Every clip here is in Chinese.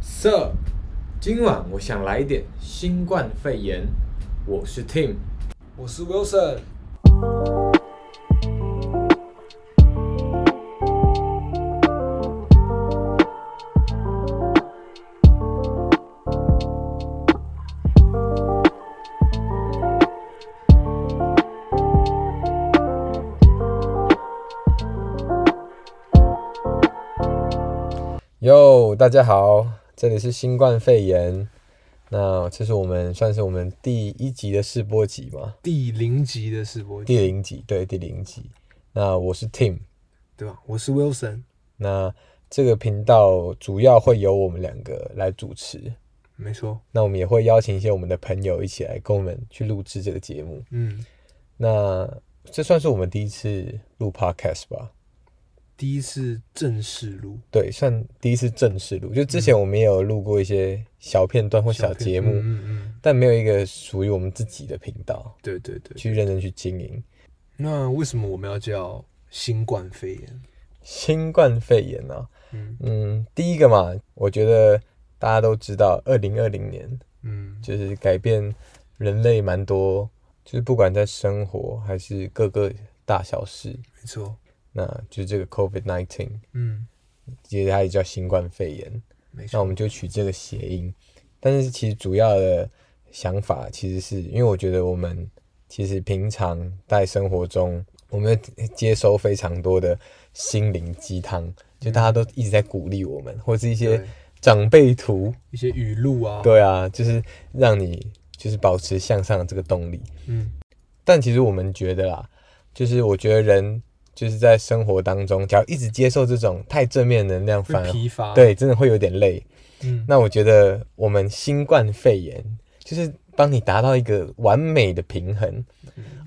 So，今晚我想来一点新冠肺炎。我是 Tim，我是 Wilson。哟，大家好，这里是新冠肺炎。那这是我们算是我们第一集的试播集嘛？第零集的试播集，第零集，对，第零集。那我是 Tim，对吧？我是 Wilson，那这个频道主要会由我们两个来主持。没错。那我们也会邀请一些我们的朋友一起来跟我们去录制这个节目。嗯，那这算是我们第一次录 Podcast 吧？第一次正式录对，算第一次正式录。就之前我们也有录过一些小片段或小片节目，嗯嗯嗯，但没有一个属于我们自己的频道对对对。去认真去经营。那为什么我们要叫新冠肺炎？新冠肺炎啊，嗯嗯，第一个嘛，我觉得大家都知道，二零二零年嗯，就是改变人类蛮多，就是不管在生活还是各个大小事，没错。那就是这个 COVID nineteen，嗯，其实它也叫新冠肺炎，没那我错。们就取这个谐音。但是其实主要的想法，其实是因为我觉得我们其实平常在生活中，我们接收非常多的心灵鸡汤，就大家都一直在鼓励我们，或是一些对长辈图，一些语录啊，，对啊，就是让你就是保持向上的这个动力。嗯，但其实我们觉得啦，就是我觉得人就是在生活当中，只要一直接受这种太正面能量，反会而疲乏。，对真的会有点累。嗯，那我觉得我们新冠肺炎就是帮你达到一个完美的平衡，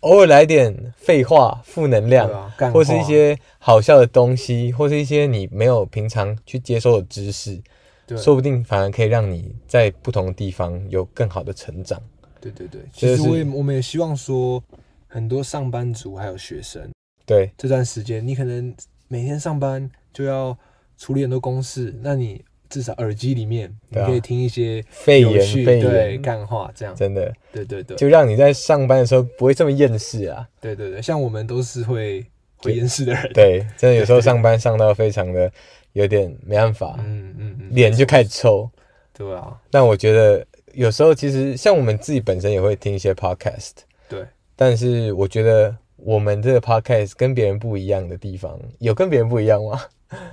偶尔来点废话、负能量，嗯对啊干或是话一些好笑的东西，或是一些你没有平常去接受的知识，对说不定反而可以让你在不同的地方有更好的成长。对对对。这就其是实我也我们也希望说，很多上班族还有学生对这段时间，你可能每天上班就要处理很多公事，那你至少耳机里面你对啊可以听一些肺有炎趣肺对炎干话这样，真的对对对就让你在上班的时候不会这么厌世啊！对对对，像我们都是会会厌世的人，对，真的有时候上班上到非常的有点没办法，嗯嗯嗯，脸就开始抽。对啊，但我觉得有时候其实像我们自己本身也会听一些 podcast，对，但是我觉得我们这个 podcast 跟别人不一样的地方，有跟别人不一样吗？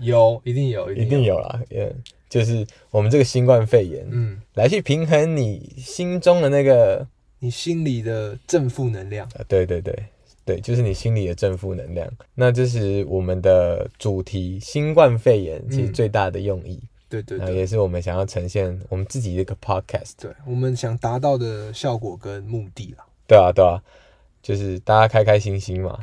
有一定有 一一定有，有啦，嗯，就是我们这个新冠肺炎、嗯，来去平衡你心中的那个，你心里的正负能量，呃，对对对。对，就是你心里的正负能量。那这是我们的主题，新冠肺炎其实嗯最大的用意，对对那、对啊也是我们想要呈现我们自己这个 podcast。对，我们想达到的效果跟目的啦，对啊，对啊，就是大家开开心心 嘛，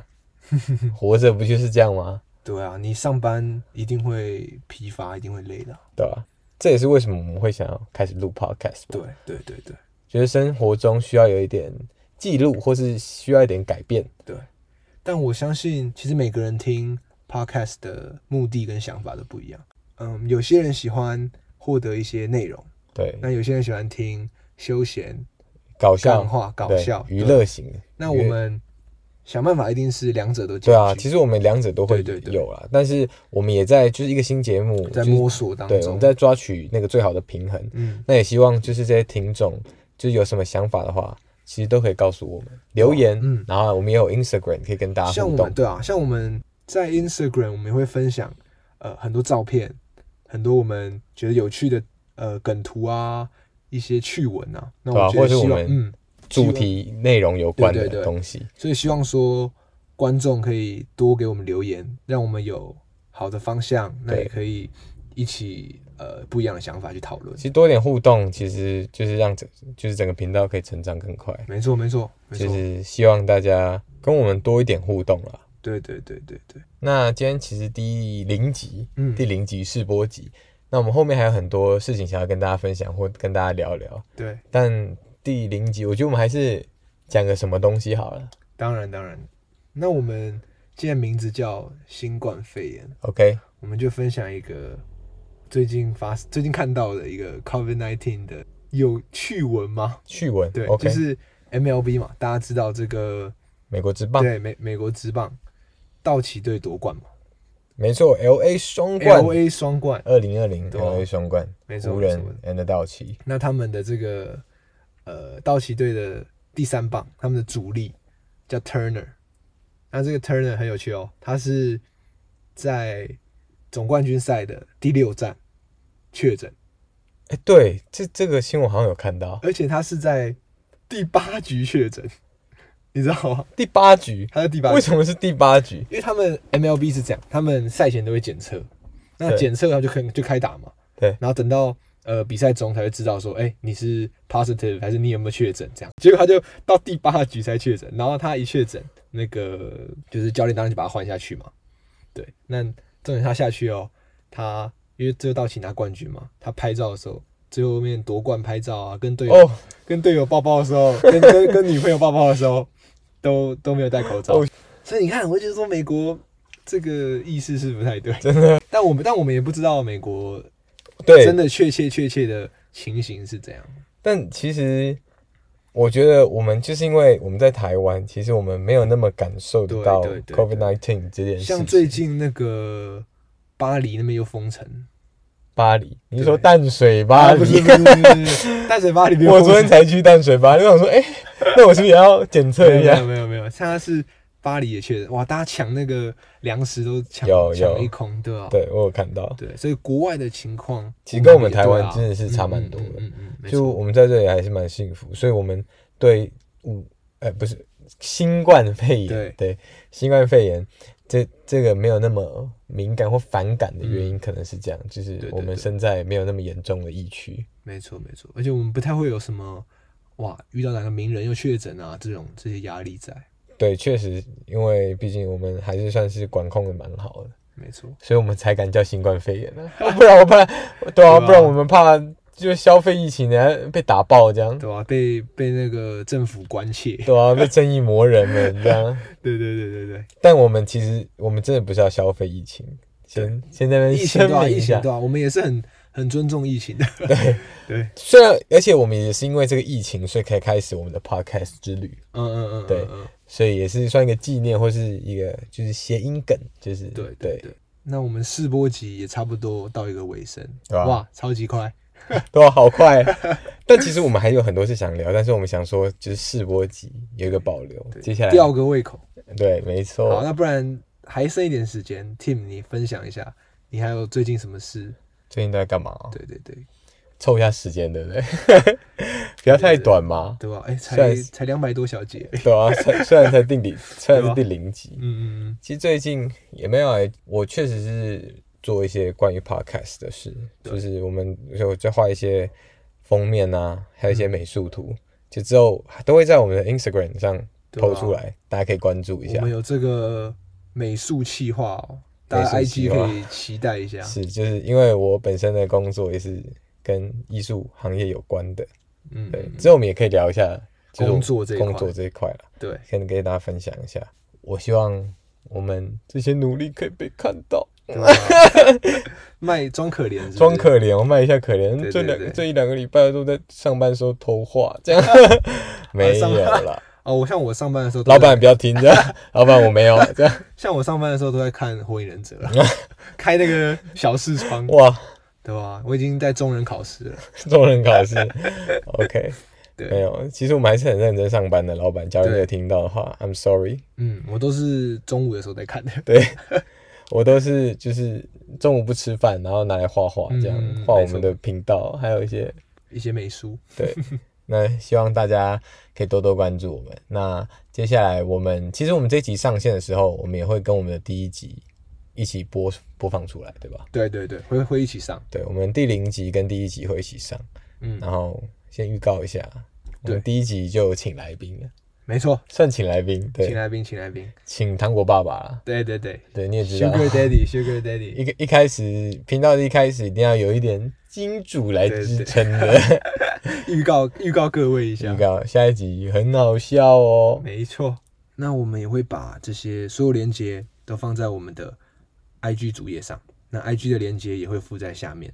活着不就是这样吗？对啊，你上班一定会疲乏，一定会累的啊，对吧、这也是为什么我们会想要开始录 podcast，吧对对对对觉得生活中需要有一点记录，或是需要一点改变。对，但我相信其实每个人听 podcast 的目的跟想法都不一样，嗯，有些人喜欢获得一些内容。对，那有些人喜欢听休闲、搞笑干，话、搞对笑、娱对。乐型的。那我们想办法，一定是两者都对啊，兼具其实我们两者都会对对对有啦，但是我们也在就是一个新节目，在就是摸索当对，我中。们在抓取那个最好的平衡。嗯，那也希望就是这些听众，就是有什么想法的话，其实都可以告诉我们留言，嗯然后我们也有 Instagram 可以跟大家像互我动们。对啊，像我们在 Instagram 我们也会分享呃很多照片，很多我们觉得有趣的呃梗图啊，一些趣闻啊。那对啊我觉得或是我希望们嗯，主题内容有关对的对对东西。所以希望说观众可以多给我们留言，让我们有好的方向，那对也可以一起呃不一样的想法去讨论其。实多一点互动，其实就是让整就是整个频道可以成长更快。没错，没错，没错就，是希望大家跟我们多一点互动啦。对对对对对，那今天其实第零集，嗯第零集试播集，那我们后面还有很多事情想要跟大家分享或跟大家聊聊。对，但第零集，我觉得我们还是讲个什么东西好了。当然当然。那我们既然名字叫新冠肺炎， OK，我们就分享一个最近发最近看到的一个 COVID nineteen 的有趣闻吗？趣闻，对 o k 就是 MLB 嘛，大家知道这个美国之棒，对美美国职棒道奇队夺冠嘛没错，L A 双冠， ，L A 双冠，二零二零对啊 L A 双冠，没错湖没错人 and 道奇，那他们的这个呃道奇队的第三棒，他们的主力叫 Turner。那这个 Turner 很有趣哦，他是在总冠军赛的第六站确诊，哎、对，这这个新闻好像有看到，而且他是在第八局确诊， 你知道吗？第八局，他在第八为局，什么是第八局？因为他们 MLB 是这样，他们赛前都会检测，那对检测他就开就开打嘛，对然后等到呃比赛中才会知道说，哎、你是 positive 还是你有没有确诊这样。结果他就到第八局才确诊，然后他一确诊，那个就是教练当然就把他换下去嘛。对，那重点他下去哦，他因为最后道奇拿冠军嘛，他拍照的时候。最后面夺冠拍照啊，跟队友、哦跟队友抱抱的时候，跟跟跟女朋友抱抱的时候，都都没有戴口罩。哦 所以你看，我就觉得说美国这个意识是不太对，真的。但我们但我们也不知道美国对，真的确切确切的情形是怎样。但其实我觉得我们就是因为我们在台湾，其实我们没有那么感受得对到对对 COVID nineteen 这件事情。像最近那个巴黎那边又封城，巴黎，你是说对淡水巴啊不黎是？不是不是不是，淡水巴黎没 有我封城。昨天才去淡水巴黎，我想说，哎、那我是不是也要检测一没有下？没有没有，现在是巴黎也确诊，哇，大家抢那个粮食都抢有有抢一空，对吧、对，我有看到，对，所以国外的情况其实跟我们也台湾对啊真的是差蛮多的嗯嗯嗯嗯嗯没就错我们在这里还是蛮幸福，所以我们对五，呃，不是新冠肺炎，对新冠肺炎这这个没有那么敏感或反感的原因，可能是这样，就是嗯对我们对身在没有那么严重的疫区。没错没错，而且我们不太会有什么哇，遇到哪个名人又确诊啊这种这些压力在，对，确实，因为毕竟我们还是算是管控的蛮好的，没错，所以我们才敢叫新冠肺炎 呢、啊，不然我怕，对对啊，啊不然我们怕就消费疫情呢被打爆这样，对吧、被被那个政府关切，对啊，被正义魔人们这样。对对对对对，但我们其实我们真的不是要消费疫情，先先在那边疫情声对啊，明疫一情下对。啊，我们也是很很尊重疫情的，对，虽然，而且我们也是因为这个疫情，所以可以开始我们的 podcast 之旅， 嗯嗯嗯，对嗯嗯所以也是算一个纪念或是一个就是谐音梗，就是对对对对。那我们试播集也差不多到一个尾声，对啊哇，超级快，对啊，好快。 但其实我们还有很多事想聊，但是我们想说就是试播集有一个保留，接下来哦吊个胃口。对，没好，错。那不然还剩一点时间，Tim，你分享一下，你还有最近什么事？最近都在干嘛？对对对，凑一下时间，对不对？ 不要太短嘛。对吧？哎，虽才然才两百多小节，对 啊，虽虽然才第零，虽然是啊第零集，嗯嗯其实最近也没有、欸，我确实是做一些关于 podcast 的事，就是我们就就画一些封面啊，还有一些美术图，就之后都会在我们的 Instagram 上嗯对啊 PO 出来，大家可以关注一嗯，我下们。有这个美术企划哦，大家美术 IG 企划可以期待一下。是，就是因为我本身的工作也是跟艺术行业有关的，嗯，对，之后我们也可以聊一下就是我工作这一块工作这一块了，对，可以跟大家分享一下。我希望我们这些努力可以被看到。对吧 卖装可怜是不是，装可怜，我卖一下可怜。对这对两对这一两个礼拜都在上班时候偷画，这 样没有了。哦，我像我上班的时候，老，板不要听 这样，老板我没有这样。像我上班的时候都在看《火影忍者》， 开那个小视窗，哇，对吧？我已经在中人考试了，众人考试，OK，没 对，有。其实我们还是很认真上班的，老板。假如你对有听到的话，I'm sorry。嗯，我都是中午的时候在看的，对 我都是就是中午不吃饭，然后拿来画画，这样嗯画我没们错的频道，还有一些一些美术，对，那希望大家可以多多关注我们。那接下来我们其实我们这集上线的时候，我们也会跟我们的第一集一起播播放出来，对吧？对对对，会会一起上，对，我们第零集跟第一集会一起上，嗯，然后先预告一下，我对们第一集就请来宾了，没错，算请来宾，请对，来宾，请来宾，请糖果爸爸啦，对对对对，你也知道。 ，Sugar Daddy，Sugar Daddy，一个一开始频道的一开始一定要有一点金主来对支对撑的预告预告各位一下预，告，下一集很好笑哦。没错。那我们也会把这些所有连接都放在我们的 IG 主页上，那 IG 的连接也会附在下面，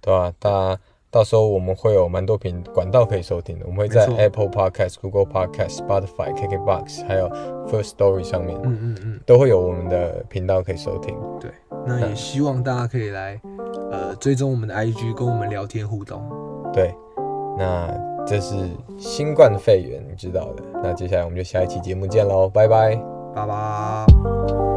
对吧、大家到时候我们会有蛮多频管道可以收听的，我们会在没错 Apple Podcast、Google Podcast、Spotify、KKBox 还有 First Story 上面、嗯嗯嗯，都会有我们的频道可以收听。对。那也希望大家可以来呃追踪我们的 IG，跟我们聊天互动。对，那这是新冠肺炎，你知道的。那接下来我们就下一期节目见喽，拜拜。拜拜。